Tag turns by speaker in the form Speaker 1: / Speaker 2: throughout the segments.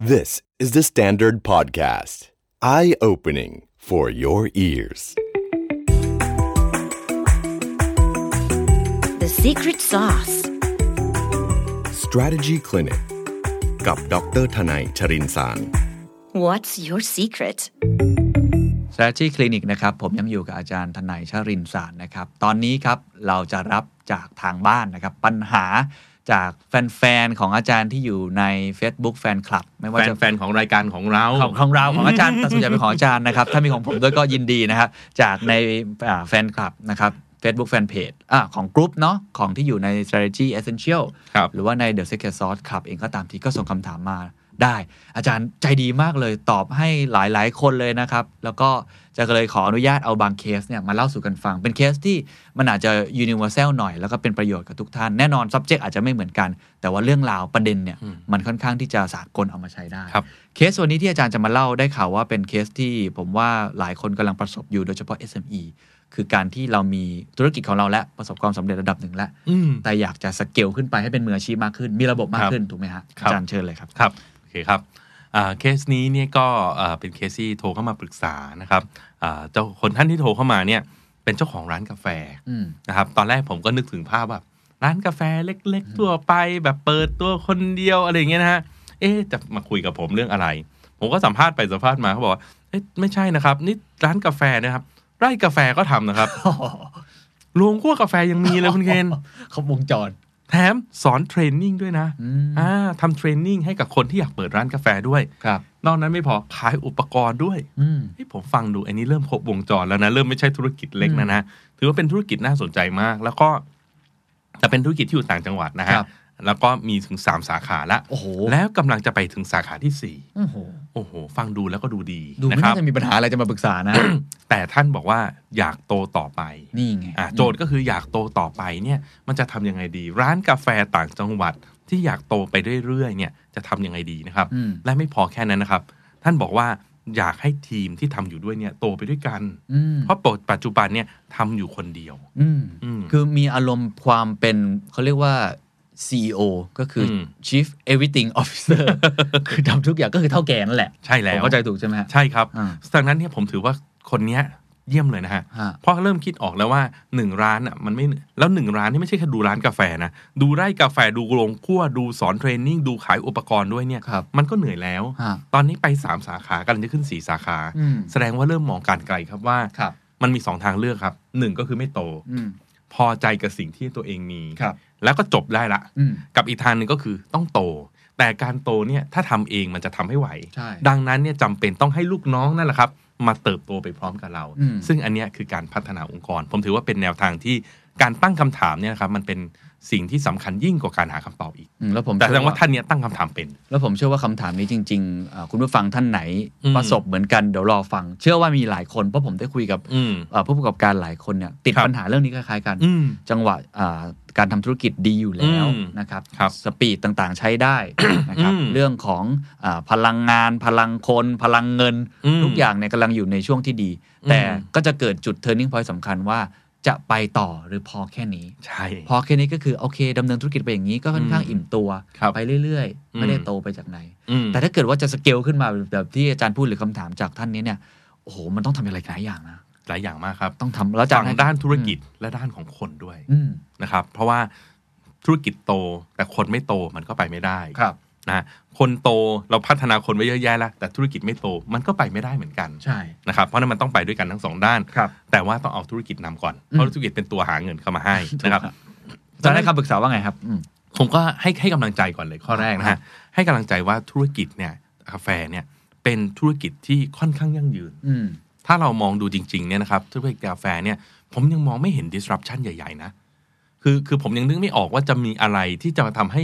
Speaker 1: This is the Standard Podcast. Eye opening for your ears.
Speaker 2: The secret sauce.
Speaker 1: Strategy Clinic กับดรทนายชรินสาร
Speaker 2: What's your secret?
Speaker 3: Strategy Clinic นะครับผมยังอยู่กับอาจารย์ทนายชรินสารนะครับ ตอนนี้ครับเราจะรับจากทางบ้านนะครับ ปัญหาจากแฟนๆ ของอาจารย์ที่อยู่ใน Facebook Fan Club ไม่ว่า
Speaker 4: แฟน
Speaker 3: จะ
Speaker 4: แฟนของรายการของเรา
Speaker 3: ของของเราของอาจารย์แต่ส่วนใหญ่เป็นของอาจารย์นะครับ ถ้ามีของผมด้วยก็ยินดีนะครับ จากในแฟนคลับนะครับ Facebook Fan Page อ่าของกรุ๊ปเนาะของที่อยู่ใน Strategy Essential
Speaker 4: ครับ
Speaker 3: หรือว่าใน The Secret Sauce Club เองก็ตามทีก็ส่งคำถามมาได้ อาจารย์ใจดีมากเลยตอบให้หลายๆ คนเลยนะครับ แล้วก็จะเลยขออนุญาตเอาบางเคสเนี่ยมาเล่าสู่กันฟัง เป็นเคสที่มันอาจจะ universal หน่อย แล้วก็เป็นประโยชน์กับทุกท่าน แน่นอน subject อาจจะไม่เหมือนกัน แต่ว่าเรื่องราวประเด็นเนี่ยมันค่อนข้างที่จะสากลเอามาใช้ได้
Speaker 4: ครับ
Speaker 3: เคสวันนี้ที่อาจารย์จะมาเล่าได้ข่าวว่าเป็นเคสที่ผมว่าหลายคนกำลังประสบอยู่โดยเฉพาะ SME คือการที่เรามีธุรกิจของเราและประสบความสำเร็จระดับหนึ่งแล้ว
Speaker 4: อืม
Speaker 3: แต่อยากจะสเกลขึ้นไปให้เป็นมืออาชีพมากขึ้น มีระบบมากขึ้น ถูกไหมฮะ
Speaker 4: ค
Speaker 3: อา
Speaker 4: รับ
Speaker 3: จารย์เชิญเลยครับ
Speaker 4: ครับโอเคครับอ่าเคสนี้เนี่ยก็อ่าเป็นเคสที่โทรเข้ามาปรึกษานะครับอ่าเจ้าคนท่านที่โทรเข้ามาเนี่ยเป็นเจ้าของร้านกาแฟ
Speaker 3: อืม
Speaker 4: นะครับตอนแรกผมก็นึกถึงภาพแบบร้านกาแฟเล็กๆ ทั่วไปแบบเปิดตัวคนเดียวอะไรอย่างเงี้ยนะฮะเอ๊ะจะมาคุยกับผมเรื่องอะไร ผมก็สัมภาษณ์ไปสัมภาษณ์มาเขาบอกว่าเอ๊ะไม่ใช่นะครับนี่ร้านกาแฟนะครับไร่กาแฟก็ทำนะครับโรงคั่วกาแฟยังมีเลยคุณเคน
Speaker 3: เขาวงจร
Speaker 4: แถมสอนเทรนนิ่งด้วยนะ
Speaker 3: อืม
Speaker 4: อ่าทำเทรนนิ่งให้กับคนที่อยากเปิดร้านกาแฟด้วย
Speaker 3: ครับ
Speaker 4: นอกนั้นไม่พอขายอุปกรณ์ด้วย
Speaker 3: อืม
Speaker 4: เฮ้ยผมฟังดูอันนี้เริ่มครบวงจรแล้วนะ เริ่มไม่ใช่ธุรกิจเล็กนะนะ ถือว่าเป็นธุรกิจน่าสนใจมาก แล้วก็แต่เป็นธุรกิจที่อยู่ต่างจังหวัดนะฮะ
Speaker 3: ครับ
Speaker 4: แล้วก็มีถึงสามสาขาละ
Speaker 3: โอ้โห
Speaker 4: แล้วกำลังจะไปถึงสาขาที่สี่
Speaker 3: โอ้โห
Speaker 4: โอ้โห ฟังดูแล้วก็ดูดี
Speaker 3: ดู
Speaker 4: นะ
Speaker 3: ไม่
Speaker 4: ครับ
Speaker 3: น่าจะมีปัญหาอะไรจะมาปรึกษานะ
Speaker 4: แต่ท่านบอกว่าอยากโตต่อไป
Speaker 3: นี่ไง
Speaker 4: อ่ะโจทย์ก็คืออยากโตต่อไปเนี่ยมันจะทำยังไงดี ร้านกาแฟต่างจังหวัดที่อยากโตไปเรื่อยๆเนี่ยจะทำยังไงดีนะครับ
Speaker 3: อืม
Speaker 4: และไม่พอแค่นั้นนะครับ ท่านบอกว่าอยากให้ทีมที่ทำอยู่ด้วยเนี่ยโตไปด้วยกัน
Speaker 3: อืม
Speaker 4: เพราะปัจจุบันเนี่ยทำอยู่คนเดียว
Speaker 3: อืม
Speaker 4: อืม
Speaker 3: คือมีอารมณ์ความเป็นเขาเรียกว่า CEO ก็คืออ
Speaker 4: ม
Speaker 3: Chief Everything Officer คือทำทุกอย่างก็คือเท่าแก่นั่นแหละ
Speaker 4: ใช่
Speaker 3: ผ
Speaker 4: แล้
Speaker 3: ม
Speaker 4: ว
Speaker 3: เข้าใจถูกใช่ไหมฮะ
Speaker 4: ใช่ครับ
Speaker 3: อ่า
Speaker 4: ดังนั้นเนี่ยผมถือว่าคนเนี้ยเยี่ยมเลยนะฮะ
Speaker 3: ฮะ
Speaker 4: เพราะเริ่มคิดออกแล้วว่าหนึ่งร้านอ่ะมันไม่แล้วหนึ่งร้านนี่ไม่ใช่แค่ดูร้านกาแฟนะ ดูไร่กาแฟดูโรงคั่วดูสอนเทรนนิ่งดูขายอุปกรณ์ด้วยเนี่ย
Speaker 3: ครับ
Speaker 4: มันก็เหนื่อยแล้ว
Speaker 3: ฮะ
Speaker 4: ตอนนี้ไป 3 สาขากำลังจะขึ้น 4 สาขา
Speaker 3: อืม
Speaker 4: แสดงว่าเริ่มมองการไกลครับว่า
Speaker 3: ครับ
Speaker 4: มันมี 2 ทางเลือกครับหนึ่งก็คือไม่โต
Speaker 3: อืม
Speaker 4: พอใจกับสิ่งที่ตัวเองมี
Speaker 3: ครับ
Speaker 4: แล้วก็จบได้ละ
Speaker 3: อืม
Speaker 4: กับอีกทางหนึ่งก็คือต้องโต แต่การโตเนี่ยถ้าทำเองมันจะทำให้ไหว
Speaker 3: ใช่
Speaker 4: ดังนั้นเนี่ยจำเป็นต้องให้ลูกน้องนั่นแหละครับ มาเติบโตไปพร้อมกับเรา
Speaker 3: อืม
Speaker 4: ซึ่งอันเนี้ยคือการพัฒนาองค์กร ผมถือว่าเป็นแนวทางที่การตั้งคำถามเนี่ยนะครับมันเป็นสิ่งที่สำคัญยิ่งกว่าการหาคำตอบอีก
Speaker 3: อืมแล้วผม
Speaker 4: แต่แสดงว่าท่านเนี่ยตั้งคำถามเป็น
Speaker 3: แล้วผมเชื่อว่าคำถามนี้จริงๆอ่าคุณผู้ฟังท่านไหน
Speaker 4: อืม
Speaker 3: ประสบเหมือนกันเดี๋ยวรอฟัง เชื่อว่ามีหลายคนเพราะผมได้คุยกับ
Speaker 4: อืม
Speaker 3: อ่าผู้ประกอบการหลายคนเนี่ยติด
Speaker 4: ครับ
Speaker 3: ปัญหาเรื่องนี้คล้ายๆกัน
Speaker 4: อืม
Speaker 3: จังหวะอ่าการทำธุรกิจดีอยู่แล้ว
Speaker 4: อืม
Speaker 3: นะครับ
Speaker 4: ครับ
Speaker 3: สปีดต่างๆใช้ได้ นะครับ
Speaker 4: อืม
Speaker 3: เรื่องของอาพลังงาน พลังคน พลังเงิน
Speaker 4: อืม
Speaker 3: ทุกอย่างเนี่ยกำลังอยู่ในช่วงที่ดี แต่
Speaker 4: อืม
Speaker 3: ก็จะเกิดจุด turning point สำคัญว่าจะไปต่อหรือพอแค่นี้
Speaker 4: ใช่
Speaker 3: พอแค่นี้ก็คือโอเคดำเนินธุรกิจไปอย่างนี้ก็ค่อนข้าง
Speaker 4: อืม
Speaker 3: อิ่มตัว
Speaker 4: ครับ
Speaker 3: ไปเรื่อยๆ ไม่ได้
Speaker 4: อืม
Speaker 3: โตไปจากไหน
Speaker 4: อืม
Speaker 3: แต่ถ้าเกิดว่าจะสเกลขึ้นมาแบบที่อาจารย์พูดหรือคำถามจากท่านนี้เนี่ยโอ้โหมันต้องทำอะไรหลายอย่างนะ
Speaker 4: หลายอย่างมากครับ
Speaker 3: ต้องทำแล้วอาจารย์
Speaker 4: ฝั่ง
Speaker 3: ให้
Speaker 4: ด้านธุรกิจและด้านของคนด้วย
Speaker 3: อืม
Speaker 4: นะครับ เพราะว่าธุรกิจโตแต่คนไม่โตมันก็ไปไม่ได้
Speaker 3: ครับ
Speaker 4: นะคนโตเราพัฒนาคนไว้เยอะแยะแล้วแต่ธุรกิจไม่โตมันก็ไปไม่ได้เหมือนกัน
Speaker 3: ใช่
Speaker 4: นะครับเพราะฉะนั้นมันต้องไปด้วยกันทั้งสองด้าน
Speaker 3: ครับ
Speaker 4: แต่ว่าต้องเอาธุรกิจนำก่อน
Speaker 3: อืม
Speaker 4: เพราะธุรกิจเป็นตัวหาเงินเข้ามาให้นะครับ
Speaker 3: อาจารย์ให้คำปรึกษาว่าไงครับอืม
Speaker 4: ผมก็ให้ให้กำลังใจก่อนเลยข้อแรกนะ
Speaker 3: ครั
Speaker 4: ฮะ
Speaker 3: บ
Speaker 4: ให้กำลังใจว่าธุรกิจเนี่ยกาแฟเนี่ยเป็นธุรกิจที่ค่อนข้างยั่งยืน
Speaker 3: อืม
Speaker 4: ถ้าเรามองดูจริงๆเนี่ยนะครับธุรกิจกาแฟเนี่ยผมยังมองไม่เห็น disruption ใหญ่ๆ นะ คือคือผมยังนึกไม่ออกว่าจะมีอะไรที่จะมาทำให้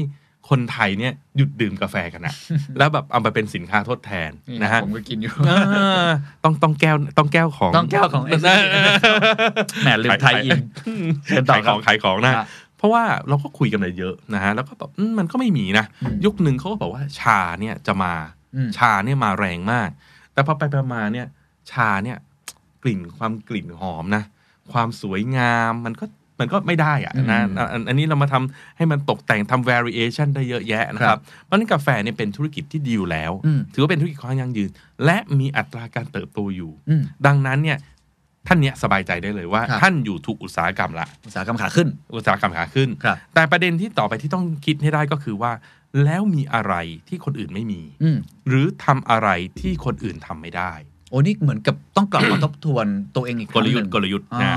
Speaker 4: คนไทยเนี่ยหยุดดื่มกาแฟกัน นะ แล้วแบบเอาไปเป็นสินค้าทดแทนนะฮะ
Speaker 3: ผมก็กินอยู่
Speaker 4: เออต้องต้องแก้วต้องแก้วของ
Speaker 3: ต้องแก้วของ SC แหมลืมไทยอินเชิญต่อ
Speaker 4: ขาย
Speaker 3: ค
Speaker 4: ข
Speaker 3: รับ
Speaker 4: องขายของนะ
Speaker 3: ครับ
Speaker 4: เพราะว่าเราก็คุยกันมาเยอะนะฮะ แล้วก็แบบอืมมันก็ไม่มีนะ ยุคหนึ่งเขาก็บอกว่าชาเนี่ยจะมา
Speaker 3: อืม
Speaker 4: ชาเนี่ยมาแรงมาก แต่พอไปไปมาเนี่ย ชาเนี่ยกลิ่นความกลิ่นหอมนะ ความสวยงามมันก็ มันก็ไม่ได้อะนะ
Speaker 3: อืม
Speaker 4: อ่ะอันอันนี้เรามาทำให้มันตกแต่งทำ variation ได้เยอะแยะนะครับ เพราะฉะนั้นกาแฟเนี่ยเป็นธุรกิจที่ดีอยู่แล้ว
Speaker 3: อืม
Speaker 4: ถือว่าเป็นธุรกิจความยั่งยืน และมีอัตราการเติบโตอยู่
Speaker 3: อืม
Speaker 4: ดังนั้นเนี่ยท่านเนี่ยสบายใจได้เลยว่า
Speaker 3: ครับ
Speaker 4: ท่านอยู่ถูกอุตสาหกรรมละ
Speaker 3: อุตสาหกรรมขาขึ้น
Speaker 4: อุตสาหกรรมขาขึ้น
Speaker 3: ครับ
Speaker 4: แต่ประเด็นที่ต่อไปที่ต้องคิดให้ได้ก็คือว่า แล้วมีอะไรที่คนอื่นไม่มี
Speaker 3: อืม
Speaker 4: หรือทำอะไรที่คนอื่นทำไม่ได้
Speaker 3: โอ้นี่เหมือนกับต้องกลับมา ทบทวนตัวเองอีกค
Speaker 4: ก
Speaker 3: รั้ง
Speaker 4: ล
Speaker 3: ห
Speaker 4: ยุท
Speaker 3: นึ่
Speaker 4: ธ์
Speaker 3: ง
Speaker 4: กลยุทธ์
Speaker 3: อ่า
Speaker 4: นะ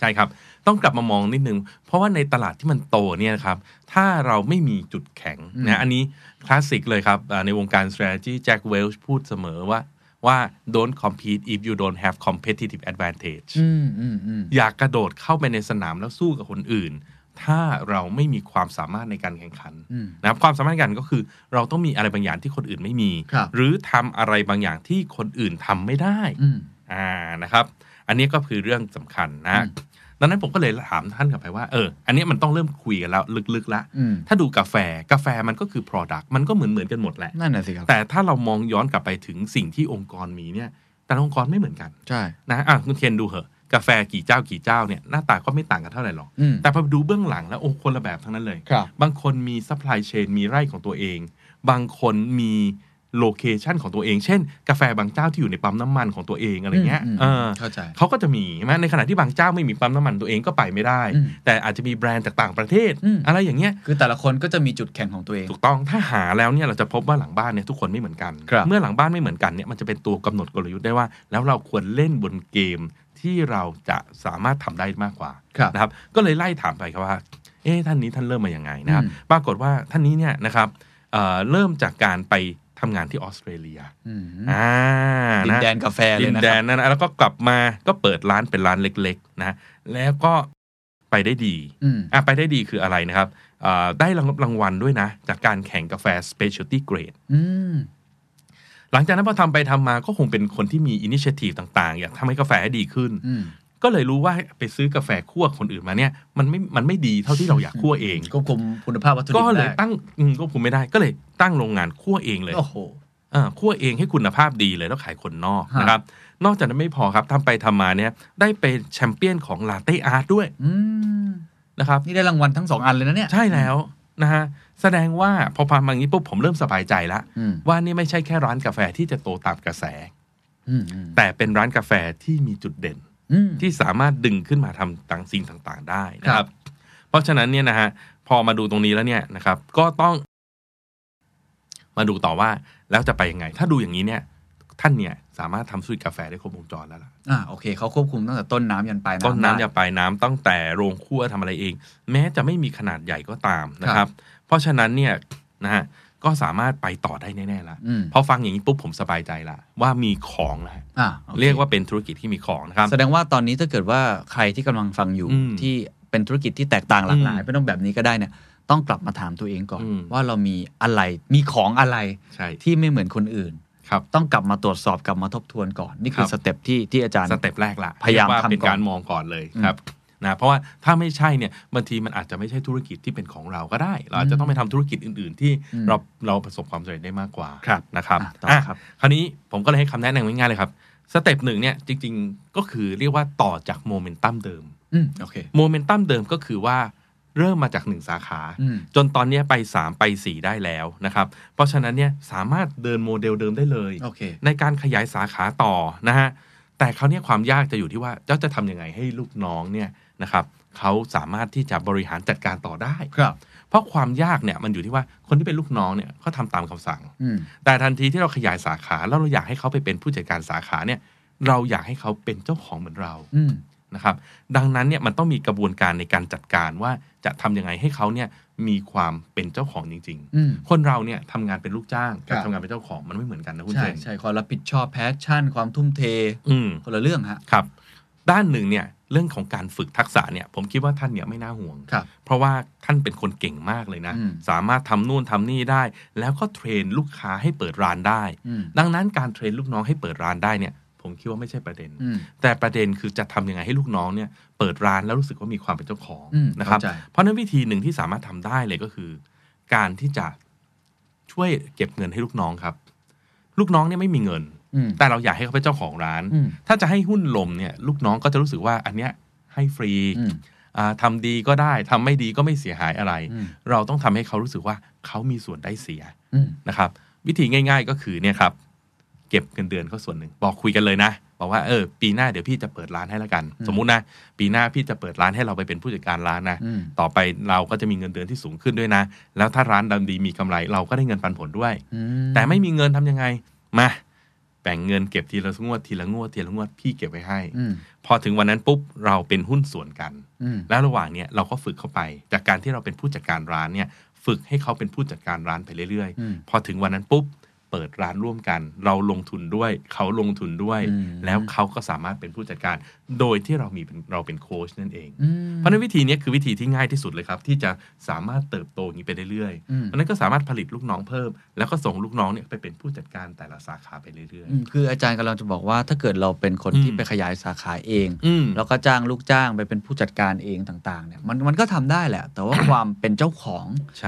Speaker 4: ใช่ครับ ต้องกลับมามองนิดนึง เพราะว่าในตลาดที่มันโตเนี่ยนะครับ ถ้าเราไม่มีจุดแข็งนะอันนี้คลาสสิกเลยครับอ่าในวงการ strategy แจ็คเวลช์พูดเสมอว่าว่า don't compete if you don't have competitive advantage
Speaker 3: อืมอืมอืม
Speaker 4: อยากกระโดดเข้าไปในสนามแล้วสู้กับคนอื่น ถ้าเราไม่มีความสามารถในการแข่งขัน
Speaker 3: อืม
Speaker 4: นะครับความสามารถในการก็คือ เราต้องมีอะไรบางอย่างที่คนอื่นไม่มี
Speaker 3: ครับ
Speaker 4: หรือทำอะไรบางอย่างที่คนอื่นทำไม่ได้
Speaker 3: อืม
Speaker 4: อ่านะครับ อันนี้ก็คือเรื่องสำคัญนะ
Speaker 3: อืม
Speaker 4: ดังนั้นผมก็เลยถามท่านกลับไปว่า เออ อันนี้มันต้องเริ่มคุยกันแล้ว ลึกๆละ
Speaker 3: อืม
Speaker 4: ถ้าดูกาแฟ กาแฟมันก็คือ Product มันก็เหมือนเหมือนๆกันหมดแหละ
Speaker 3: นั่นน่ะสิครับ
Speaker 4: แต่ถ้าเรามองย้อนกลับไปถึงสิ่งที่องค์กรมีเนี่ย แต่ละองค์กรไม่เหมือนกัน
Speaker 3: ใช่
Speaker 4: นะอ่ะคุณเคนดูเหอะ กาแฟกี่เจ้ากี่เจ้าเนี่ยหน้าตาก็ไม่ต่างกันเท่าไหร่หรอก
Speaker 3: อืม
Speaker 4: แต่พอดูเบื้องหลังแล้วโอ้คนละแบบทั้งนั้นเลย
Speaker 3: ครับ
Speaker 4: บางคนมีซัพพลายเชนมีไร่ของตัวเอง บางคนมีโลเคชันของตัวเอง เช่น กาแฟบางเจ้าที่อยู่ในปั๊มน้ำมันของตัวเองอะไรเงี้ย
Speaker 3: อืม
Speaker 4: เออ
Speaker 3: เข้าใจ
Speaker 4: เขาก็จะมีใช่ไหมในขณะที่บางเจ้าไม่มีปั๊มน้ำมันตัวเองก็ไปไม่ได้
Speaker 3: อืม
Speaker 4: แต่อาจจะมีแบรนด์จากต่างประเทศ
Speaker 3: อืม
Speaker 4: อะไรอย่างเงี้ย
Speaker 3: คือแต่ละคนก็จะมีจุดแข็งของตัวเอง
Speaker 4: ถูกต้องถ้าหาแล้วเนี่ยเราจะพบว่าหลังบ้านเนี่ยทุกคนไม่เหมือนกัน
Speaker 3: ครับ
Speaker 4: เมื่อหลังบ้านไม่เหมือนกันเนี่ยมันจะเป็นตัวกำหนดกลยุทธ์ได้ว่า แล้วเราควรเล่นบนเกมที่เราจะสามารถทำได้มากกว่า
Speaker 3: ครับ
Speaker 4: นะครับ ก็เลยไล่ถามไปครับว่า เอ๊ะท่านนี้ท่านเริ่มมาอย่างไงนะครับ
Speaker 3: อืม
Speaker 4: ปรากฏว่าท่านนี้เนี่ยนะครับเอ่อเริ่มจากการไปทำงานที่ออสเตรเลีย
Speaker 3: อืม
Speaker 4: อ่า
Speaker 3: ดิน
Speaker 4: นะ
Speaker 3: แดนกาแฟเล
Speaker 4: ดิ
Speaker 3: ย
Speaker 4: น
Speaker 3: นะ
Speaker 4: แด
Speaker 3: ครั
Speaker 4: น
Speaker 3: บ
Speaker 4: นั่นนะแล้วก็กลับมาก็เปิดร้านเป็นร้านเล็กๆนะแล้วก็ไปได้ดี
Speaker 3: อืม
Speaker 4: อ่ะไปได้ดีคืออะไรนะครับอ่าได้รางรางวัลด้วยนะ จากการแข่งกาแฟ Specialty Grade
Speaker 3: อืม
Speaker 4: หลังจากนั้นพอทำไปทำมาก็คงเป็นคนที่มีอินิเชทีฟต่างๆ อยากทำให้กาแฟให้ดีขึ้น
Speaker 3: อืม
Speaker 4: ก็เลยรู้ว่าไปซื้อกาแฟคั่วคนอื่นมาเนี่ยมันไม่มันไม่ดีเท่าที่เราอยากคั่วเอง
Speaker 3: ควบคุมคุณภาพวัตถุดิบ
Speaker 4: ก็เลย
Speaker 3: ได้
Speaker 4: ตั้งอืมก็คุมไม่ได้ก็เลยตั้งโรงงานคั่วเองเลย
Speaker 3: โอ้โห
Speaker 4: อ่าคั่วเองให้คุณภาพดีเลยแล้วขายคนนอก
Speaker 3: ฮะ
Speaker 4: นะครับ นอกจากนั้นไม่พอครับทำไปทำมาเนี่ยได้เป็นแชมเปี้ยนของลาเต้อาร์ตด้วย
Speaker 3: อืม
Speaker 4: นะครับ
Speaker 3: นี่ได้รางวัลทั้งสองอันเลยนะเนี่ย
Speaker 4: ใช่แล้วนะฮะแสดงว่าพอพามาอย่างนี้ปุ๊บผมเริ่มสบายใจละ
Speaker 3: อืม
Speaker 4: ว่านี่ไม่ใช่แค่ร้านกาแฟที่จะโตตามกระแส
Speaker 3: อืมอืม
Speaker 4: แต่เป็นร้านกาแฟที่มีจุดเด่น
Speaker 3: อืม
Speaker 4: ที่สามารถดึงขึ้นมาทำต่างสิ่งต่างๆ ได้นะค
Speaker 3: ครั
Speaker 4: รับ
Speaker 3: บ
Speaker 4: เพราะฉะนั้นเนี่ยนะฮะพอมาดูตรงนี้แล้วเนี่ยนะครับ ก็ต้อง มาดูต่อว่าแล้วจะไปยังไง ถ้าดูอย่างนี้เนี่ย ท่านเนี่ยสามารถทำสูตรกาแฟได้ครบวงจรแล้วล่ะ
Speaker 3: อ่าโอเคเขาควบคุมตั้งแต่ต้นน้ำยันปลายน้ำ
Speaker 4: ต้นน้ำ
Speaker 3: ได้
Speaker 4: ยาปลายน้ำตั้งแต่โรงคั่วทำอะไรเอง แม้จะไม่มีขนาดใหญ่ก็ตามนะค
Speaker 3: ครั
Speaker 4: รับ
Speaker 3: บ
Speaker 4: เพราะฉะนั้นเนี่ยนะฮะก็สามารถไปต่อได้แน่ๆละ
Speaker 3: อืม
Speaker 4: พอฟังอย่างนี้ปุ๊บผมสบายใจละว่ามีของนะฮะ
Speaker 3: อ่าโอค
Speaker 4: เรียกว่าเป็นธุรกิจที่มีของนะครับ
Speaker 3: แสดงว่าตอนนี้ถ้าเกิดว่าใครที่กำลังฟังอยู่
Speaker 4: อืม
Speaker 3: ที่เป็นธุรกิจที่แตกต่างหลากหลาย
Speaker 4: อืม
Speaker 3: ไม่ต้องแบบนี้ก็ได้เนี่ยต้องกลับมาถามตัวเองก่อน
Speaker 4: อืม
Speaker 3: ว่าเรามีอะไรมีของอะไร
Speaker 4: ใช่
Speaker 3: ที่ไม่เหมือนคนอื่น
Speaker 4: ครับ
Speaker 3: ต้องกลับมาตรวจสอบกลับมาทบทวนก่อน นี่คือ
Speaker 4: ครับ
Speaker 3: สเต็ปที่ที่อาจารย์
Speaker 4: สเต็ปแรกละ
Speaker 3: พยายาม
Speaker 4: เรีกว่า
Speaker 3: ทำ
Speaker 4: เป็น
Speaker 3: ก่อน
Speaker 4: การมองก่อนเลยครับนะเพราะว่าถ้าไม่ใช่เนี่ยบางทีมันอาจจะไม่ใช่ธุรกิจที่เป็นของเราก็ได้ เราอาจจะต้องไปทำธุรกิจอื่น ๆ ที่
Speaker 3: อืม
Speaker 4: เราเราประสบความสำเร็จได้มากกว่า
Speaker 3: ครับ
Speaker 4: นะครับ
Speaker 3: อ่ะต่อ
Speaker 4: อ่ะ
Speaker 3: ครับ
Speaker 4: คราวนี้ผมก็เลยให้คำแนะนำง่ายๆเลยครับสเต็ปหนึ่งเนี่ยจริง ๆ ก็คือเรียกว่าต่อจากโมเมนตัมเดิม
Speaker 3: อืมโอเค
Speaker 4: โมเมนตัมเดิมก็คือว่าเริ่มมาจากหนึ่งสาขา
Speaker 3: อืม
Speaker 4: จนตอนเนี้ยไป 3 ไป 4 ได้แล้วนะครับ เพราะฉะนั้นเนี่ยสามารถเดินโมเดลเดิมได้เลย
Speaker 3: โอเค
Speaker 4: ในการขยายสาขาต่อนะฮะ แต่คราวเนี้ยความยากจะอยู่ที่ว่าเจ้าจะทำยังไงให้ลูกน้องเนี่ยนะครับเขาสามารถที่จะบริหารจัดการต่อได้
Speaker 3: ครับ
Speaker 4: เพราะความยากเนี่ยมันอยู่ที่ว่าคนที่เป็นลูกน้องเนี่ยเขาทำตามคำสั่ง
Speaker 3: อืม
Speaker 4: แต่ทันทีที่เราขยายสาขาแล้วเราอยากให้เขาไปเป็นผู้จัดการสาขาเนี่ยเราอยากให้เขาเป็นเจ้าของเหมือนเรา
Speaker 3: อืม
Speaker 4: นะครับ ดังนั้นเนี่ยมันต้องมีกระบวนการในการจัดการว่าจะทำยังไงให้เขาเนี่ยมีความเป็นเจ้าของจริง
Speaker 3: อืม
Speaker 4: ๆ คนเราเนี่ยทำงานเป็นลูกจ้างกั
Speaker 3: ค
Speaker 4: บ
Speaker 3: รับ
Speaker 4: ทำงานเป็นเจ้าของมันไม่เหมือนกันนะคุณ
Speaker 3: ใช่
Speaker 4: เจน
Speaker 3: ใช่ความรับผิดชอบแพชชั่น ความทุ่มเท
Speaker 4: อืม
Speaker 3: คนละเรื่องฮะ
Speaker 4: ครับด้านหนึ่งเนี่ยเรื่องของการฝึกทักษะเนี่ยผมคิดว่าท่านเนี่ยไม่น่าห่วง
Speaker 3: ครับ
Speaker 4: เพราะว่าท่านเป็นคนเก่งมากเลยนะ
Speaker 3: อืม
Speaker 4: สามารถทำนู่นทำนี่ได้ แล้วก็เทรนลูกค้าให้เปิดร้านได้
Speaker 3: อืม
Speaker 4: ดังนั้นการเทรนลูกน้องให้เปิดร้านได้เนี่ยผมคิดว่าไม่ใช่ประเด็น
Speaker 3: อืม
Speaker 4: แต่ประเด็นคือจะทำยังไงให้ลูกน้องเนี่ยเปิดร้านแล้วรู้สึกว่ามีความเป็นเจ้าของ
Speaker 3: อืม
Speaker 4: นะครับ
Speaker 3: เข้าใจ
Speaker 4: เพราะฉะนั้นวิธีหนึ่งที่สามารถทำได้เลยก็คือ การที่จะช่วยเก็บเงินให้ลูกน้องครับ ลูกน้องเนี่ยไม่มีเงิน
Speaker 3: อืม
Speaker 4: แต่เราอยากให้เขาเป็นเจ้าของร้าน
Speaker 3: อืม
Speaker 4: ถ้าจะให้หุ้นลมเนี่ยลูกน้องก็จะรู้สึกว่าอันเนี้ยให้ฟรี
Speaker 3: อืม
Speaker 4: อ่าทำดีก็ได้ทำไม่ดีก็ไม่เสียหายอะไร
Speaker 3: อืม
Speaker 4: เราต้องทำให้เขารู้สึกว่าเขามีส่วนได้เสีย
Speaker 3: อืม
Speaker 4: นะครับวิธีง่าย ๆก็คือเนี่ยครับ เก็บเงินเดือนเขาส่วนหนึ่ง บอกคุยกันเลยนะ บอกว่าเออปีหน้าเดี๋ยวพี่จะเปิดร้านให้ละกัน
Speaker 3: อืม
Speaker 4: สมมุตินะปีหน้าพี่จะเปิดร้านให้เราไปเป็นผู้จัดการร้านนะ
Speaker 3: อืม
Speaker 4: ต่อไปเราก็จะมีเงินเดือนที่สูงขึ้นด้วยนะ แล้วถ้าร้านดันดีมีกำไรเราก็ได้เงินปันผลด้วย
Speaker 3: อื
Speaker 4: แต่ไม่มีเงินทำยังไงมาแบ่งเงินเก็บทีละงวดทีละงวดทีละงวดพี่เก็บไว้ให้
Speaker 3: อืม
Speaker 4: พอถึงวันนั้นปุ๊บเราเป็นหุ้นส่วนกัน
Speaker 3: อืม
Speaker 4: แล้วระหว่างเนี้ยเราก็ฝึกเข้าไป จากการที่เราเป็นผู้จัดการร้านเนี่ยฝึกให้เขาเป็นผู้จัดการร้านไปเรื่อย
Speaker 3: อืม
Speaker 4: ๆ พอถึงวันนั้นปุ๊บ เปิดร้านร่วมกัน เราลงทุนด้วย เขาลงทุนด้วย
Speaker 3: อืม
Speaker 4: แล้วเขาก็สามารถเป็นผู้จัดการ โดยที่เรามีเป็นเราเป็นโค้ชนั่นเอง
Speaker 3: อืม
Speaker 4: เพราะฉะนั้นวิธีเนี้ยคือวิธีที่ง่ายที่สุดเลยครับ ที่จะสามารถเติบโตอย่างนี้ไปเรื่อย
Speaker 3: อืม
Speaker 4: ๆเพราะฉะนั้นก็สามารถผลิตลูกน้องเพิ่ม แล้วก็ส่งลูกน้องเนี่ยไปเป็นผู้จัดการแต่ละสาขาไปเรื่อย
Speaker 3: อืมคืออาจารย์กำลังจะบอกว่าถ้าเกิดเราเป็นคน
Speaker 4: อืม
Speaker 3: ที่ไปขยายสาขาเอง
Speaker 4: ๆ อืม
Speaker 3: แล้วก็จ้างลูกจ้างไปเป็นผู้จัดการเองต่างๆเนี่ยมันมันก็ทำได้แหละ แต่ว่า ความเป็นเจ้าของ
Speaker 4: ใช่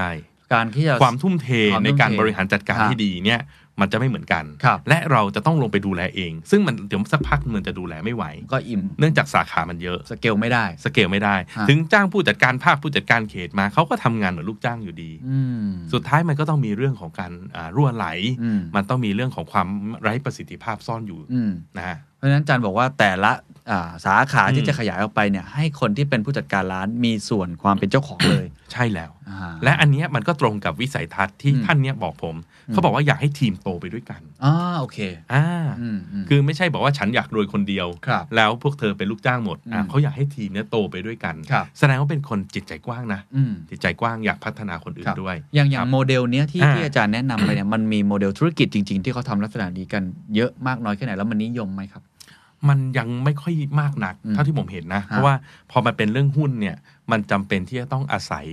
Speaker 3: การที่จะ
Speaker 4: ความทุ่มเท
Speaker 3: ความทุ่มเท
Speaker 4: ในการบริหารจัดการ
Speaker 3: ครับ
Speaker 4: ที่ดีเนี่ยมันจะไม่เหมือนกัน
Speaker 3: ครับ
Speaker 4: และเราจะต้องลงไปดูแลเอง ซึ่งมันเดี๋ยวสักพักมันจะดูแลไม่ไหว
Speaker 3: ก็อิ่ม
Speaker 4: เนื่องจากสาขามันเยอะ
Speaker 3: สเกลไม่ได้
Speaker 4: สเกลไม่ได้
Speaker 3: ฮะ
Speaker 4: ถึงจ้างผู้จัดการภาคผู้จัดการเขตมาเขาก็ทำงานเหมือนลูกจ้างอยู่ดี
Speaker 3: อืม
Speaker 4: สุดท้ายมันก็ต้องมีเรื่องของการอ่ารั่วไหล
Speaker 3: อืม
Speaker 4: มันต้องมีเรื่องของความไร้ประสิทธิภาพซ่อนอยู่
Speaker 3: อืม
Speaker 4: นะฮะ
Speaker 3: เพราะฉะนั้นอาจารย์บอกว่าแต่ละอ่าสาขา
Speaker 4: อื
Speaker 3: ที่
Speaker 4: ม
Speaker 3: จะขยายออกไปเนี่ย ให้คนที่เป็นผู้จัดการร้านมีส่วนความเป็นเจ้าของเลย
Speaker 4: ใช่แล้ว
Speaker 3: อ่า
Speaker 4: และอันเนี้ยมันก็ตรงกับวิสัยทัศน์ที่
Speaker 3: อืม
Speaker 4: ท่านเนี้ยบอกผม
Speaker 3: อืม
Speaker 4: เขาบอกว่าอยากให้ทีมโตไปด้วยกัน
Speaker 3: อ่าโอเค
Speaker 4: อ่า
Speaker 3: อืมม
Speaker 4: คือไม่ใช่บอกว่าฉันอยากรวยคนเดียว
Speaker 3: ครับ
Speaker 4: แล้วพวกเธอเป็นลูกจ้างหมดอ่ะ
Speaker 3: อืม
Speaker 4: เขาอยากให้ทีมเนี้ยโตไปด้วยกัน
Speaker 3: ครับ
Speaker 4: แสดงว่าเป็นคนจิตใจกว้างนะ
Speaker 3: อืม
Speaker 4: จิตใจกว้างอยากพัฒนาคนอื่
Speaker 3: คน รับ
Speaker 4: ด้วย
Speaker 3: อย่างอย่าง
Speaker 4: ครับ
Speaker 3: โมเดลเนี้ยที่
Speaker 4: อ่า
Speaker 3: ที่อาจารย์แนะนำไปเนี่ยมันมีโมเดลธุรกิจจริง ๆ ที่เขาทำลักษณะนี้กันเยอะมากน้อยแค่ไหนแล้วมันนิยมไหมครับ
Speaker 4: มันยังไม่ค่อยมากนัก
Speaker 3: อืม
Speaker 4: เท่าที่ผมเห็นนะ
Speaker 3: ฮะ
Speaker 4: เพราะว่าพอมันเป็นเรื่องหุ้นเนี่ยมันจำเป็นที่จะต้องอาศัย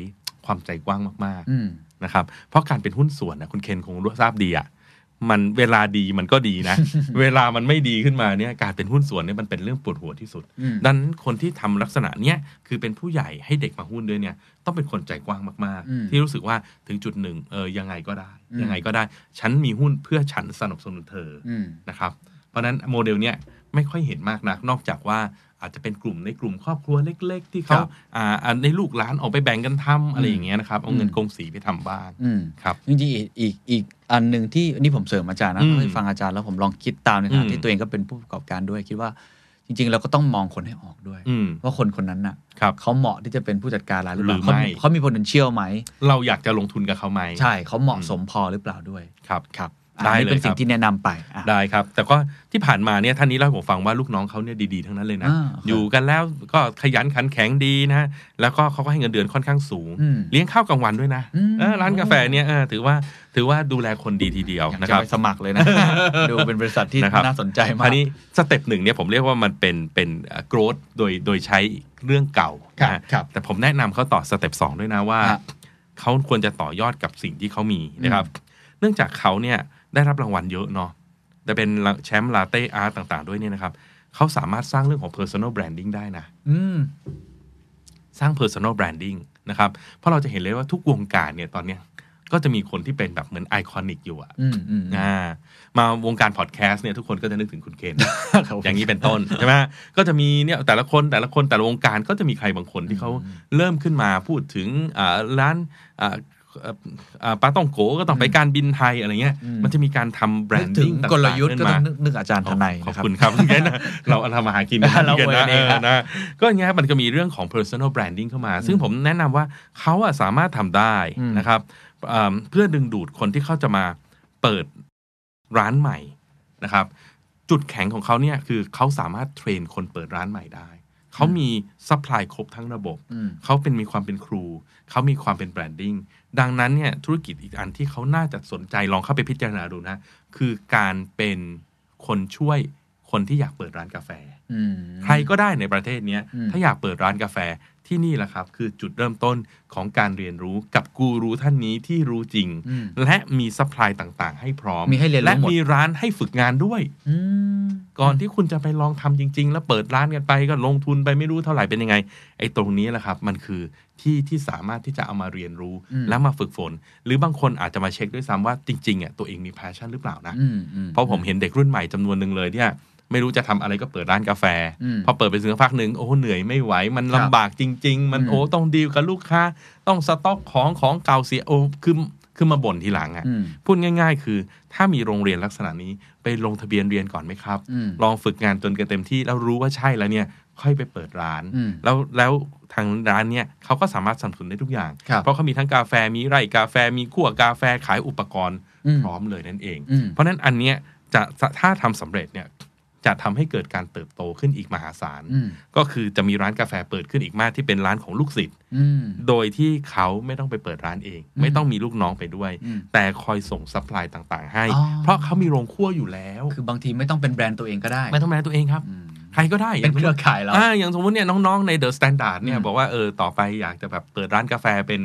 Speaker 4: ความใจกว้างมาก
Speaker 3: อืม
Speaker 4: ๆนะครับเพราะการเป็นหุ้นส่วนนะคุณเคนคงรู้ทราบดีอะมันเวลาดีมันก็ดี นะ เวลามันไม่ดีขึ้นมาเนี่ยการเป็นหุ้นส่วนเนี่ยมันเป็นเรื่องปวดหัวที่สุด
Speaker 3: อืม
Speaker 4: ดังนั้นคนที่ทำลักษณะเนี้ยคือเป็นผู้ใหญ่ให้เด็กมาหุ้นด้วยเนี่ยต้องเป็นคนใจกว้างมาก
Speaker 3: อืม
Speaker 4: ๆ ที่รู้สึกว่าถึงจุดหนึ่งเออยังไงก็ได้
Speaker 3: อืม
Speaker 4: ยังไงก็ได้ ฉันมีหุ้นเพื่อฉันสนับสนุนเธออ
Speaker 3: อืม
Speaker 4: นะครับ เพราะฉะนั้นโมเดลเนี้ยไม่ค่อยเห็นมากนัก นอกจากว่าอาจจะเป็นกลุ่มในกลุ่มครอบครัวเล็ก ๆ ที่
Speaker 3: ค
Speaker 4: เขา
Speaker 3: รับ
Speaker 4: อ่าอ่าในลูกหลานออกไปแบ่งกันทำอะไรอย่างเงี้ยนะครับเอาเงิน
Speaker 3: อืม
Speaker 4: กงสีไปทำบ้าง
Speaker 3: อืม
Speaker 4: ครับ
Speaker 3: จริงๆอีกอีกอีกอันหนึ่งที่นี่ผมเสริมอาจารย์นะ
Speaker 4: อืม
Speaker 3: เพราะได้ฟังอาจารย์แล้วผมลองคิดตามในฐา
Speaker 4: อื
Speaker 3: นะ
Speaker 4: ม
Speaker 3: ที่ตัวเองก็เป็นผู้ประกอบการด้วยคิดว่า จริง ๆ เราก็ต้องมองคนให้ออกด้วย
Speaker 4: อืม
Speaker 3: ว่าคนคนนั้นน่ะ
Speaker 4: ครับ
Speaker 3: เขาเหมาะที่จะเป็นผู้จัดการร้านหรือเปล่า
Speaker 4: หรือ
Speaker 3: เขา
Speaker 4: ไม่
Speaker 3: มีเขามี potential ไหม
Speaker 4: เราอยากจะลงทุนกับเขาไหม
Speaker 3: ใช่เขาเหมาะสมพอหรือเปล่าด้วย
Speaker 4: ครับ
Speaker 3: ครับ
Speaker 4: ได้
Speaker 3: อันนี้
Speaker 4: เลย
Speaker 3: เป็นสิ่
Speaker 4: ครั
Speaker 3: ง
Speaker 4: บ
Speaker 3: ที่แนะนำไปอ่ะ
Speaker 4: ได้ครับ แต่ก็ที่ผ่านมาเนี่ยท่านนี้เล่าให้ผมฟังว่าลูกน้องเขาเนี่ยดี ๆ ทั้งนั้นเลยนะ
Speaker 3: อ่าครับ
Speaker 4: อยู่กันแล้วก็ขยันขันแข็งดีนะ แล้วก็เขาก็ให้เงินเดือนค่อนข้างสูง
Speaker 3: อืม
Speaker 4: เลี้ยงข้าวกลางวันด้วยนะ
Speaker 3: อืม
Speaker 4: เออร้านกาแฟเนี่ยเออถือว่าถือว่าดูแลคนดีทีเดียว
Speaker 3: อยาก
Speaker 4: นะค
Speaker 3: จะ
Speaker 4: รับ
Speaker 3: ไปสมัคร เลยนะ ดูเป็นบริษัทที่
Speaker 4: นะครับ
Speaker 3: น่าสนใจมาก
Speaker 4: อันนี้สเต็ปหนึ่งเนี่ยผมเรียกว่ามันเป็นเป็นโกรธโดยโดยใช้เรื่องเก่า
Speaker 3: ครับ
Speaker 4: นะฮะ
Speaker 3: ครับ
Speaker 4: แต่ผมแนะนำเขาต่อสเต็ปสองด้วยนะว่า
Speaker 3: ฮะ
Speaker 4: เขาควรจะต่อยอดกับสิ่งที่เขามีนะครับ เนื่องจากเขาเนี่ยได้รับรางวัลเยอะเนาะแต่เป็นแชมป์ลาเต้อาร์ตต่าง ๆ ด้วยเนี่ยนะครับเขาสามารถสร้างเรื่องของ personal branding ได้นะ
Speaker 3: อืม
Speaker 4: สร้าง personal branding นะครับเพราะเราจะเห็นเลยว่าทุกวงการเนี่ยตอนเนี้ยก็จะมีคนที่เป็นแบบเหมือนไอคอนิกอยู่อะ
Speaker 3: อืมอืม
Speaker 4: อ่ามาวงการพอดแคสต์เนี่ยทุกคนก็จะนึกถึงคุณเคน
Speaker 3: ครับผม
Speaker 4: อย่างนี้เป็นต้ น ใช่ไหมก็จะมีเนี่ยแต่ละคนแต่ละคนแต่ละวงการก็จะมีใครบางคนที่เขาเริ่มขึ้นมาพูดถึงอ่าร้านอ่าเอ่ออ่าปาต้องโกก็ต้องไปการบินไทยอะไรเงี้ย
Speaker 3: อืม
Speaker 4: มันจะมีการทำแบร
Speaker 3: นึ
Speaker 4: น
Speaker 3: กถึ
Speaker 4: ดิ้
Speaker 3: ง
Speaker 4: ง
Speaker 3: กลยุทธ์ก็
Speaker 4: น
Speaker 3: ต้อ
Speaker 4: มาง
Speaker 3: นึกนึกอาจารย์ทนาย
Speaker 4: ขอบ
Speaker 3: นะครับ
Speaker 4: คุณครับ เงี้ยนะเราทำมาหากิน
Speaker 3: เรา
Speaker 4: กันนะ
Speaker 3: เอ
Speaker 4: เอ
Speaker 3: อ
Speaker 4: อนะก็อย่างเงี้ยมันก็มีเรื่องของ personal branding เข้ามา ซึ่งผมแนะนำว่าเขาอะสามารถทำได้
Speaker 3: อืม
Speaker 4: นะครับอ่าเพื่อดึงดูดคนที่เขาจะมาเปิด ร้านใหม่นะครับ จุดแข็งของเขาเนี่ยคือเขาสามารถเทรนคนเปิดร้านใหม่ได้ เขามีซัพพลายครบทั้งระบบ
Speaker 3: อืม
Speaker 4: เขาเป็นมีความเป็นครู เขามีความเป็นแบรนดิ้งดังนั้นเนี่ยธุรกิจอีกอันที่เขาน่าจะสนใจลองเข้าไปพิจารณาดูนะ คือการเป็นคนช่วยคนที่อยากเปิดร้านกาแฟ
Speaker 3: อืม
Speaker 4: ใครก็ได้ในประเทศเนี้ย
Speaker 3: อืม
Speaker 4: ถ้าอยากเปิดร้านกาแฟที่นี่แหละครับ คือจุดเริ่มต้นของการเรียนรู้กับกูรูท่านนี้ที่รู้จริง
Speaker 3: อืม
Speaker 4: และมีซัพพลายต่างๆ ให้พร้อม
Speaker 3: มีให้เรียนรู้
Speaker 4: และ
Speaker 3: หมด
Speaker 4: มีร้านให้ฝึกงานด้วย
Speaker 3: อืม
Speaker 4: ก่อนที่คุณจะไปลองทำจริง ๆ แล้วเปิดร้านกันไปก็ลงทุนไปไม่รู้เท่าไหร่เป็นยังไง ไอ้ตรงนี้แหละครับ มันคือที่ที่สามารถที่จะเอามาเรียนรู้
Speaker 3: อืม
Speaker 4: และมาฝึกฝน หรือบางคนอาจจะมาเช็คด้วยซ้ำว่าจริงๆอ่ะตัวเองมี passion หรือเปล่านะ
Speaker 3: อืมอืม
Speaker 4: เพราะผมเห็นเด็กรุ่นใหม่จำนวนหนึ่งเลยเนี่ย ไม่รู้จะทำอะไรก็เปิดร้านกาแฟ
Speaker 3: อืม
Speaker 4: พอเปิดไปสักพักหนึ่งโอ้โหเหนื่อยไม่ไหว มัน
Speaker 3: ครับบ
Speaker 4: ลำากจริง ๆ มัน
Speaker 3: อืม
Speaker 4: โอ้ต้องดีลกับลูกค้า ต้องสต็อกของของเก่าเสียโอ้คือคือมาบ่นทีหลังอะ
Speaker 3: อืม
Speaker 4: พูดง่าย ๆ คือ ถ้ามีโรงเรียนลักษณะนี้ไปลงทะเบียนเรียนก่อนไหมครับ
Speaker 3: อืม
Speaker 4: ลองฝึกงานจนเกินเต็มที่แล้วรู้ว่าใช่แล้วเนี่ย ค่อยไปเปิดร้าน
Speaker 3: อืม
Speaker 4: แล้วแล้วทางร้านเนี่ยเขาก็สามารถสนับสนุนได้ทุกอย่าง
Speaker 3: ครับ
Speaker 4: เพราะเขามีทั้งกาแฟมีไร่กาแฟมีขั่วกาแฟขายอุปกรณ์
Speaker 3: อืม
Speaker 4: พร้อมเลยนั่นเอง
Speaker 3: อืม
Speaker 4: เพราะฉะนั้นอันเนี้ยจะถ้าทำสำเร็จเนี่ยจะทำให้เกิดการเติบโตขึ้นอีกมหาศาล
Speaker 3: อืม
Speaker 4: ก็คือจะมีร้านกาแฟเปิดขึ้นอีกมากที่เป็นร้านของลูกศิษย์
Speaker 3: อืม
Speaker 4: โดยที่เขาไม่ต้องไปเปิดร้านเอง
Speaker 3: อืม
Speaker 4: ไม่ต้องมีลูกน้องไปด้วย
Speaker 3: อืม
Speaker 4: แต่คอยส่งซัพพลายต่างๆ ให้
Speaker 3: อ๋อ
Speaker 4: เพราะเขามีโรงคั่วอยู่แล้ว
Speaker 3: คือบางทีไม่ต้องเป็นแบรนด์ตัวเองก็ได้
Speaker 4: ไม่ต้องแม้ตัวเองครับ
Speaker 3: อืม
Speaker 4: ใครก็ได้
Speaker 3: เป็นเครือข่ายเรา
Speaker 4: อ่าอย่างสมมติเนี่ยน้องๆ ในเดอะสแตนดาร์ดเนี่ย
Speaker 3: อืม
Speaker 4: บอกว่าเออต่อไปอยากจะแบบเปิดร้านกาแฟเป็น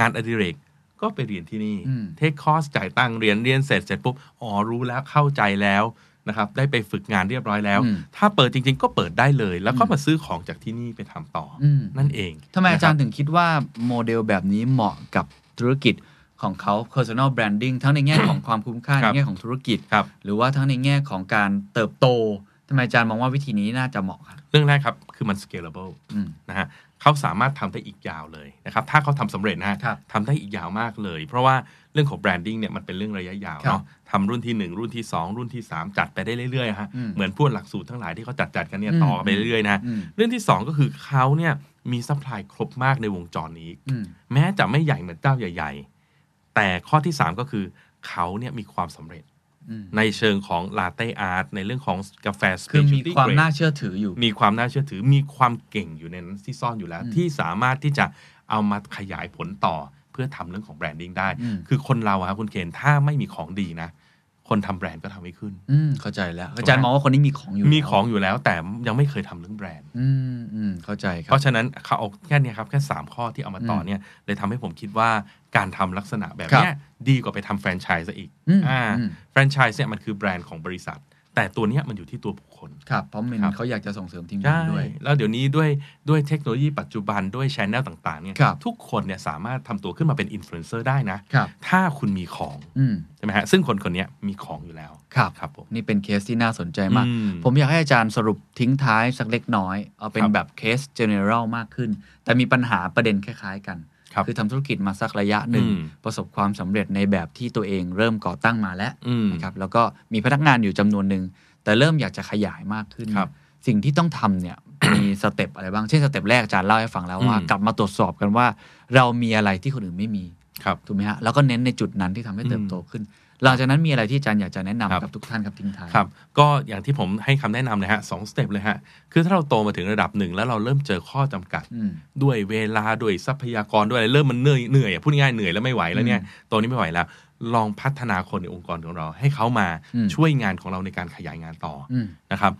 Speaker 4: งานอดิเรก ก็ไปเรียนที่นี่
Speaker 3: อืม
Speaker 4: เทคคอร์สจ่ายตังค์เรียนเรียนเสร็จเสร็จปุ๊บอ๋อรู้แล้วเข้าใจแล้วนะครับได้ไปฝึกงานเรียบร้อยแล้ว ถ้าเปิดจริง ๆ ก็เปิดได้เลย แล้วก็มาซื้อของจากที่นี่ไปทำต่ออ
Speaker 3: อืม
Speaker 4: นั่นเอง
Speaker 3: ทำไมอาจารย์
Speaker 4: นะคบ
Speaker 3: ถึงคิดว่าโมเดลแบบนี้เหมาะกับธุรกิจของเขา personal branding ทั้งในแง่ของ ความคุ้มค่า
Speaker 4: ค
Speaker 3: ใน
Speaker 4: รับ
Speaker 3: แง่ของธุรกิจ
Speaker 4: ครับ
Speaker 3: หรือว่าทั้งในแง่ของการเติบโตทำไมอาจารย์มองว่าวิธีนี้น่าจะเหมาะครับ
Speaker 4: เรื่องแรกครับ คือมัน scalable
Speaker 3: อืม
Speaker 4: นะฮะเขาสามารถทำได้อีกยาวเลยนะครับ ถ้าเขาทำสำเร็จนะฮะ
Speaker 3: ครับ
Speaker 4: ทำได้อีกยาวมากเลย เพราะว่าเรื่องของแบรนดิ้งเนี่ยมันเป็นเรื่องระยะยาว
Speaker 3: ครับ
Speaker 4: เนาะทำรุ่นที่ 1 รุ่นที่ 2 รุ่นที่ 3 จัดไปได้เรื่อยๆฮะ
Speaker 3: อืม
Speaker 4: เหมือนพวกหลักสูตรทั้งหลายที่เขาจัดจัดๆกันเนี่ย
Speaker 3: อืม
Speaker 4: ต่อไปเรื่อยๆนะฮะ
Speaker 3: อืม
Speaker 4: เรื่องที่ 2 ก็คือเขาเนี่ยมีซัพพลายครบมากในวงจรนี้
Speaker 3: อืม
Speaker 4: แม้จะไม่ใหญ่เหมือนเจ้าใหญ่ ๆ แต่ข้อที่ 3 ก็คือเขาเนี่ยมีความสำเร็จ
Speaker 3: อืม
Speaker 4: ในเชิงของลาเต้อาร์ตในเรื่องของกาแฟ
Speaker 3: คือมี
Speaker 4: specialty
Speaker 3: ความ
Speaker 4: grade
Speaker 3: น่าเชื่อถืออยู่
Speaker 4: มีความน่าเชื่อถือมีความเก่งอยู่ในนั้นที่ซ่อนอยู่แล้ว
Speaker 3: อืม
Speaker 4: ที่สามารถที่จะเอามาขยายผลต่อเพื่อทำเรื่องของแบรนดิ้งได้
Speaker 3: อืม
Speaker 4: คือคนเราอะครับคุณเคนถ้าไม่มีของดีนะ คนทำแบรนด์ก็ทำไม่ขึ้น
Speaker 3: อืมเข้าใจแล้ว อาจารย์มองว่าคนนี้มีของอยู่
Speaker 4: มี
Speaker 3: แล้ว
Speaker 4: ของอยู่แล้วแต่ยังไม่เคยทำเรื่องแบรนด์
Speaker 3: อืมอืมเข้าใจค
Speaker 4: เพ
Speaker 3: รับ
Speaker 4: ราะฉะนั้นเขาเอาแค่เนี้ครับแค่ 3 ข้อที่เอามาต่ออ
Speaker 3: ม
Speaker 4: เนี่ยเลยทำให้ผมคิดว่าการทำลักษณะแบบ
Speaker 3: ครับ
Speaker 4: เนี้ยดีกว่าไปทำแฟรนไชส์ซะอีก
Speaker 3: อืม
Speaker 4: อ่า
Speaker 3: อืม
Speaker 4: แฟรนไชส์เนี่ยมันคือแบรนด์ของบริษัท แต่ตัวเนี้ยมันอยู่ที่ตัวบุคคล
Speaker 3: ครับ เพราะมัน
Speaker 4: ครับ
Speaker 3: เขาอยากจะส่งเสริมทีมงา
Speaker 4: ใช่
Speaker 3: นด้วย
Speaker 4: แล้วเดี๋ยวนี้ด้วยด้วยเทคโนโลยีปัจจุบันด้วยชแนลต่างๆเนี่ย
Speaker 3: ครับ
Speaker 4: ทุกคนเนี่ยสามารถทำตัวขึ้นมาเป็นอินฟลูเอนเซอร์ได้นะ
Speaker 3: ครับ
Speaker 4: ถ้าคุณมีของ
Speaker 3: อืม
Speaker 4: ใช่ไหมฮะ ซึ่งคนคนเนี้ยมีของอยู่แล้ว
Speaker 3: ครับ
Speaker 4: ครับผม
Speaker 3: นี่เป็นเคสที่น่าสนใจมาก
Speaker 4: อื
Speaker 3: ผมอยากให้อาจารย์สรุปทิ้งท้ายสักเล็กน้อย เอาเป็น
Speaker 4: ครับ
Speaker 3: แบบเคส general มากขึ้น แต่มีปัญหาประเด็นคล้ายๆกัน
Speaker 4: ครับ
Speaker 3: อทำธุรกิจมาสักระยะหนึ่ง
Speaker 4: อืม
Speaker 3: ประสบความสำเร็จในแบบที่ตัวเองเริ่มก่อตั้งมาแล้ว
Speaker 4: อืม
Speaker 3: นะครับแล้วก็มีพนักงานอยู่จำนวนหนึ่ง แต่เริ่มอยากจะขยายมากขึ้น
Speaker 4: ครับ
Speaker 3: สิ่งที่ต้องทำเนี่ย มีสเต็ปอะไรบ้าง เช่นสเต็ปแรกอาจารย์เล่าให้ฟังแล้วว่า
Speaker 4: อืม
Speaker 3: กลับมาตรวจสอบกันว่า เรามีอะไรที่คนอื่นไม่มี
Speaker 4: ครับ
Speaker 3: ถูกไหมฮะ แล้วก็เน้นในจุดนั้นที่ทำให้เติบโตขึ้น หลังจากนั้นมีอะไรที่อาจารย์อยากจะแนะนำ
Speaker 4: ครับ
Speaker 3: กับทุกท่านครับทิ้งท้าย
Speaker 4: ครับ ก็อย่างที่ผมให้คำแนะนำเลยฮะสองสเต็ปเลยฮะ คือถ้าเราโตมาถึงระดับหนึ่งแล้วเราเริ่มเจอข้อจำกัด
Speaker 3: อืม
Speaker 4: ด้วยเวลาด้วยทรัพยากรด้วยอะไรเริ่มมันเหนื่อยเหนื่อยอะพูดง่ายๆเหนื่อยแล้วไม่ไหวแล้วเนี่ยตัวนี้ไม่ไหวแล้ว ลองพัฒนาคนในองค์กรของเรา ให้เขามา
Speaker 3: อืม
Speaker 4: ช่วยงานของเราในการขยายงานต่ออ
Speaker 3: อืม
Speaker 4: นะครับ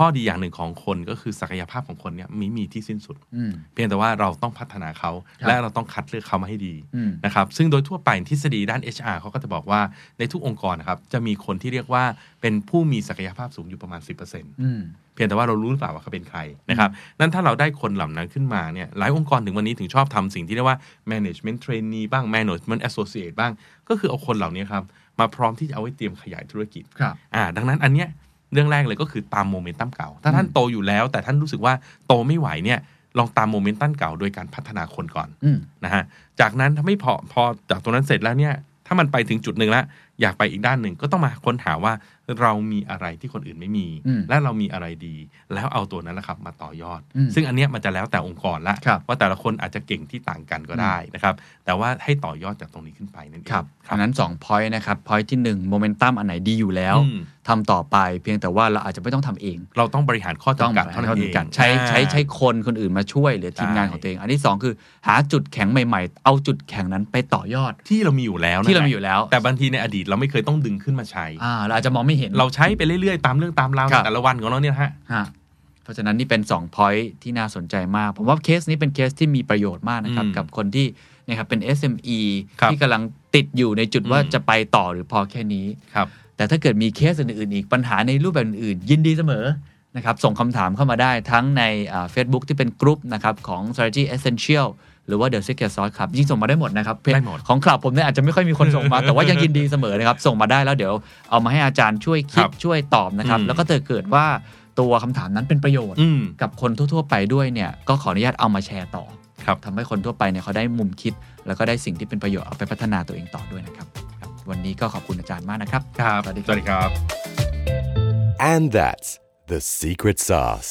Speaker 4: ข้อดีอย่างหนึ่งของคนก็คือศักยภาพของคนเนี่ยมีมีที่สิ้นสุด
Speaker 3: อืม
Speaker 4: เพียงแต่ว่าเราต้องพัฒนาเขา
Speaker 3: ครับ
Speaker 4: และเราต้องคัดเลือกเขามาให้ดี
Speaker 3: อืม
Speaker 4: นะครับซึ่งโดยทั่วไปทฤษฎีด้าน HR เขาก็จะบอกว่าในทุกองค์กรนะครับจะมีคนที่เรียกว่าเป็นผู้มีศักยภาพสูงอยู่ประมาณ 10%
Speaker 3: อืม
Speaker 4: เพียงแต่ว่าเรารู้หรือเปล่าว่าเขาเป็นใครนะครับนั้นถ้าเราได้คนเหล่านั้นขึ้นมาเนี่ยหลายองค์กรถึงวันนี้ถึงชอบทำสิ่งที่เรียกว่า management trainee บ้าง management associate บ้าง ก็คือเอาคนเหล่านี้ครับมาพร้อมที่จะเอาไว้เตรียมขยายธุรกิจ
Speaker 3: ครับ
Speaker 4: อ่าดังนั้นอันเนี้ยเรื่องแรกเลยก็คือตามโมเมนตัมเก่า ถ้าท่านโตอยู่แล้ว แต่ท่านรู้สึกว่าโตไม่ไหวเนี่ยลองตามโมเมนตัมเก่าโดยการพัฒนาคนก่อน
Speaker 3: อืม
Speaker 4: นะฮะจากนั้นถ้าไม่พอพอจากตรงนั้นเสร็จแล้วเนี่ยถ้ามันไปถึงจุดหนึ่งแล้วอยากไปอีกด้านหนึ่งก็ต้องมาค้นหาว่าเรามีอะไรที่คนอื่นไม่มี
Speaker 3: อืม
Speaker 4: และเรามีอะไรดี แล้วเอาตัวนั้นแหละครับมาต่อยอด
Speaker 3: อืม
Speaker 4: ซึ่งอันเนี้ยมันจะแล้วแต่องค์กรละ
Speaker 3: ครับ
Speaker 4: ว่าแต่ละคนอาจจะเก่งที่ต่างกันก็ได้นะครับแต่ว่าให้ต่อยอดจากตรงนี้ขึ้นไปนั่นเอง
Speaker 3: ครับ
Speaker 4: ค
Speaker 3: อั
Speaker 4: รั
Speaker 3: น
Speaker 4: บ
Speaker 3: นั้น2 point นะครับ point ที่1โมเมนตัมอันไหนดีอยู่แล้ว
Speaker 4: อืม
Speaker 3: ทำต่อไปเพียงแต่ว่าเราอาจจะไม่ต้องทำเอง
Speaker 4: เราต้องบริหารข้อ
Speaker 3: ต้อง
Speaker 4: จำกัดเท่านั้นเอง
Speaker 3: กัดใช้ใช้ใช้คนคนอื่นมาช่วย หรือทีมงาน
Speaker 4: ใช่
Speaker 3: ของตัวเอง อันที่ 2 คือ หาจุดแข็งใหม่ๆ เอาจุดแข็งนั้นไปต่อยอด
Speaker 4: ที่เรามีอยู่แล้วนั่น
Speaker 3: ที่เรามีอยู่แล้ว
Speaker 4: แต่บางทีในอดีตเราไม่เคยต้องดึงขึ้นมาใช้
Speaker 3: อ่าเราอาจจะมองไม่เห็น
Speaker 4: เราใช้ไปเรื่อยๆ ตามเรื่องตามราว
Speaker 3: ครับ
Speaker 4: ในแต่ละวันของเราเนี่ยนะฮะ
Speaker 3: ฮะเพราะฉะนั้นนี่เป็น 2 point ที่น่าสนใจมาก ผมว่าเคสนี้เป็นเคสที่มีประโยชน์มากนะครับ
Speaker 4: อืม
Speaker 3: กับคนที่นะครับเป็น SME
Speaker 4: ครับ
Speaker 3: ที่กำลังติดอยู่ในจุดว่า
Speaker 4: อืม
Speaker 3: จะไปต่อหรือพอแค่นี้
Speaker 4: ครับ
Speaker 3: แต่ถ้าเกิดมีเคสอื่นๆอีกปัญหาในรูปแบบอื่นๆยินดีเสมอ นะครับส่งคำถามเข้ามาได้ทั้งในเฟซบุ๊กที่เป็นกรุ๊ปนะครับของ strategy essential หรือว่า The Secret Sauce ครับยิ่งส่งมาได้หมดนะครับ
Speaker 4: ได้หมด
Speaker 3: ของคลับผมเนี่ยอาจจะไม่ค่อยมีคนส่ งมา แต่ว่ายังยินดีเสมอนะครับ ส่งมาได้แล้วเดี๋ยวเอามาให้อาจารย์ช่วยคิด
Speaker 4: ครับ
Speaker 3: ช่วยตอบนะครับ
Speaker 4: อืม
Speaker 3: แล้วก็ถ้าเกิดว่าตัวคำถามนั้นเป็นประโยชน์
Speaker 4: อืม
Speaker 3: กับคนทั่ว ๆ ไปด้วยเนี่ย ก็ขออนุญาตเอามาแชร์ต่อ
Speaker 4: ครับ
Speaker 3: ทำให้คนทั่วไปเนี่ยเขาได้มุมคิด แล้วก็ได้สิ่งที่เป็นประโยชน์เอาไปพัฒนาตัวเองต่อด้วยนะครับครับ วันนี้ก็ขอบคุณอาจารย์มากนะครับ
Speaker 4: ครับ
Speaker 3: สวัสดี
Speaker 4: ส
Speaker 3: ครับ
Speaker 4: วัสดีครับ
Speaker 1: And that's the secret sauce.